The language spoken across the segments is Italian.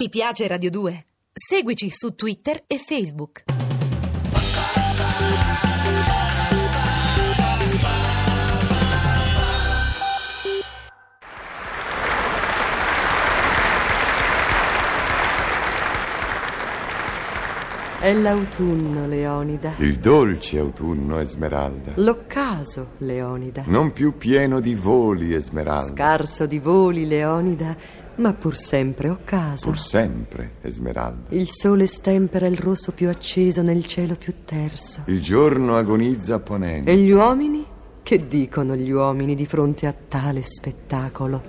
Ti piace Radio 2? Seguici su Twitter e Facebook. È l'autunno, Leonida. Il dolce autunno, Esmeralda. L'occaso, Leonida. Non più pieno di voli, Esmeralda. Scarso di voli, Leonida, ma pur sempre occaso. Pur sempre, Esmeralda. Il sole stempera il rosso più acceso nel cielo più terso. Il giorno agonizza a ponente. E gli uomini? Che dicono gli uomini di fronte a tale spettacolo?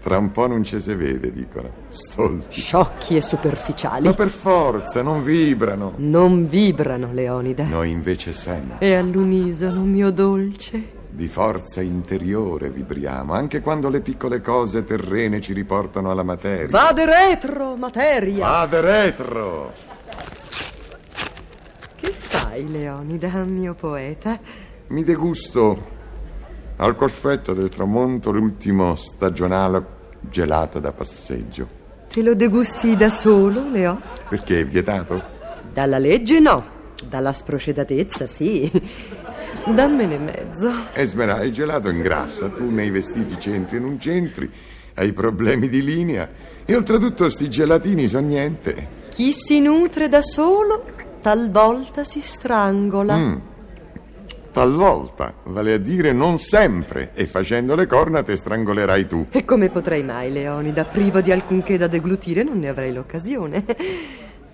Tra un po' non ce se vede, dicono. Stolti. Sciocchi e superficiali. Ma per forza, non vibrano. Non vibrano, Leonida. Noi invece sempre. E all'unisono, mio dolce. Di forza interiore vibriamo, anche quando le piccole cose terrene ci riportano alla materia. Vade retro, materia. Vade retro! Che fai, Leonida, mio poeta? Mi degusto al cospetto del tramonto l'ultimo stagionale gelato da passeggio. Te lo degusti da solo, Leo? Perché è vietato? Dalla legge no. Dalla sprocedatezza, sì. Dammene mezzo. Esmeralda, Eh, il gelato ingrassa, tu nei vestiti c'entri e non c'entri, hai problemi di linea e oltretutto sti gelatini son niente. Chi si nutre da solo talvolta si strangola. Talvolta, vale a dire non sempre, e facendo le corna te strangolerai tu. E come potrei mai, Leonida, priva di alcunché da deglutire, non ne avrei l'occasione.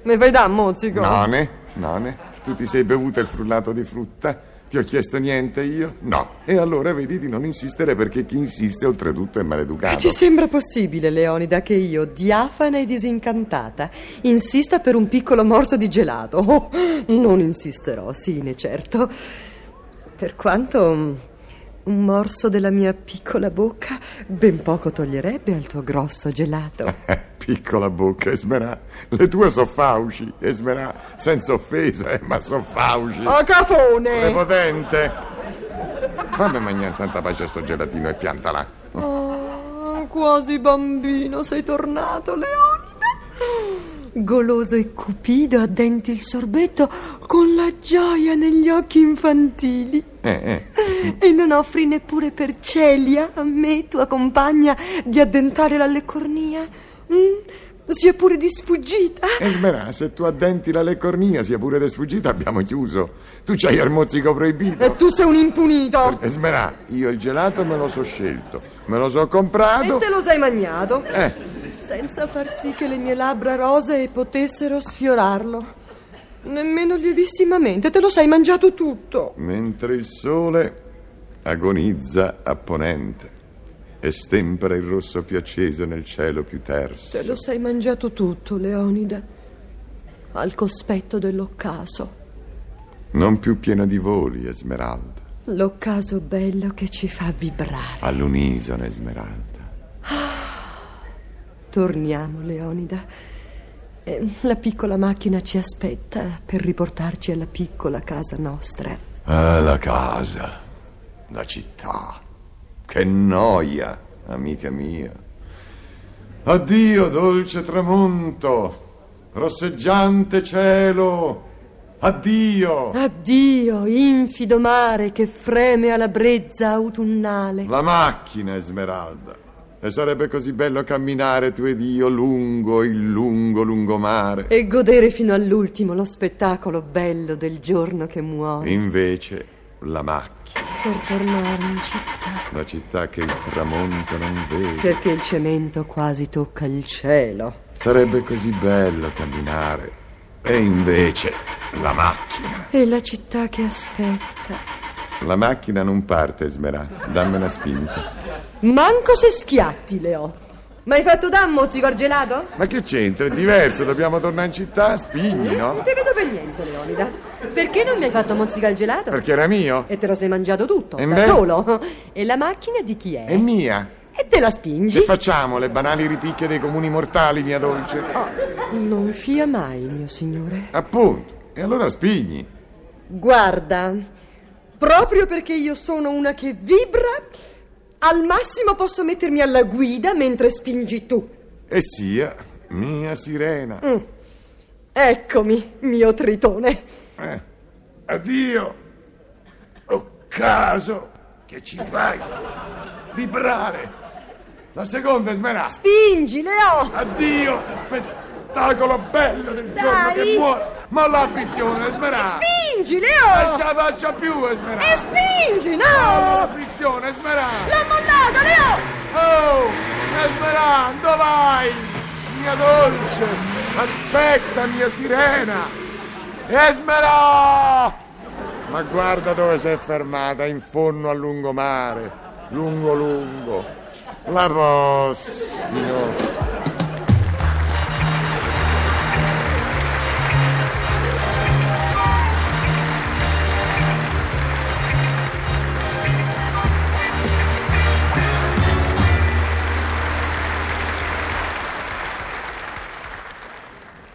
Me vai da, mozzico? None, none, tu ti sei bevuta il frullato di frutta? Ti ho chiesto niente io? No. E allora vedi di non insistere perché chi insiste oltretutto è maleducato. Ti sembra possibile, Leonida, che io, diafana e disincantata, insista per un piccolo morso di gelato? Oh, non insisterò, sì, ne certo. Per quanto mm, un morso della mia piccola bocca ben poco toglierebbe al tuo grosso gelato. Eh, Piccola bocca, Esmerà, le tue so fauci, Esmerà, senza offesa, eh, ma so fauci. Oh, È cafone! potente! Fammi mangiare santa pace sto gelatino e piantala. Oh, quasi bambino sei tornato, Leonida. Goloso e cupido, a denti il sorbetto, con la gioia negli occhi infantili. Eh, eh. E non offri neppure per Celia, a me, tua compagna, di addentare la leccornia? Mm, sia pure di sfuggita. Esmerà, se tu addenti la leccornia, sia pure de sfuggita, abbiamo chiuso. Tu c'hai il mozzico E proibito. tu sei un impunito. Esmerà, io il gelato me lo so scelto, me lo so E comprato. te lo sei magnato. Eh, Senza far sì che le mie labbra rosee potessero sfiorarlo. Nemmeno lievissimamente, te lo sei mangiato tutto. mentre il sole agonizza a ponente e stempera il rosso più acceso nel cielo più terso. Te lo sei mangiato tutto, Leonida. Al cospetto dell'occaso. Non più pieno di voli, Esmeralda. L'occaso bello che ci fa vibrare. All'unisono, Esmeralda. Torniamo, Leonida. Eh, La piccola macchina ci aspetta per riportarci alla piccola casa nostra. Ah, la casa, la città. Che noia, amica mia. Addio, dolce tramonto, rosseggiante cielo. Addio. Addio, infido mare che freme alla brezza autunnale. La macchina, Esmeralda. E sarebbe così bello camminare tu ed io lungo il lungo lungomare. E godere fino all'ultimo lo spettacolo bello del giorno che muore. Invece, la macchina, Per tornare in città. la città che il tramonto non vede. Perché il cemento quasi tocca il cielo. Sarebbe così bello camminare. E invece la macchina. E la città che aspetta. La macchina non parte, Smerà. Dammi una spinta. Manco se schiatti, Leo. Ma hai fatto da mozzico al gelato? Ma che c'entra? È diverso, dobbiamo tornare in città, spigni, no? Non ti vedo per niente, Leonida. Perché non mi hai fatto mozzica al gelato? Perché era mio. E te lo sei mangiato tutto, E da me? solo. E la macchina di chi è? È mia. E te la spingi? Che facciamo le banali ripicche dei comuni mortali, mia dolce? Oh, non fia mai, mio signore. Appunto. E allora spigni. Guarda, proprio perché io sono una che vibra, al massimo posso mettermi alla guida mentre spingi tu. E sia Mia sirena. Eccomi, mio tritone. Eh. Addio. Oh caso che ci fai vibrare. La seconda esmerà. Spingi, Leo! Addio, spettacolo bello del giorno che Dai. muore. Ma la frizione esmerà. Spingi, Non ce Leo! la faccio più esmerà. E spingi, La no! frizione esmerà. L'ho mollata, Leo! Oh, Esmeralda, vai! Mia dolce, aspetta, mia sirena! Esmeralda! Ma guarda dove si è fermata, in fondo al lungomare. Lungo, lungo. La prossima.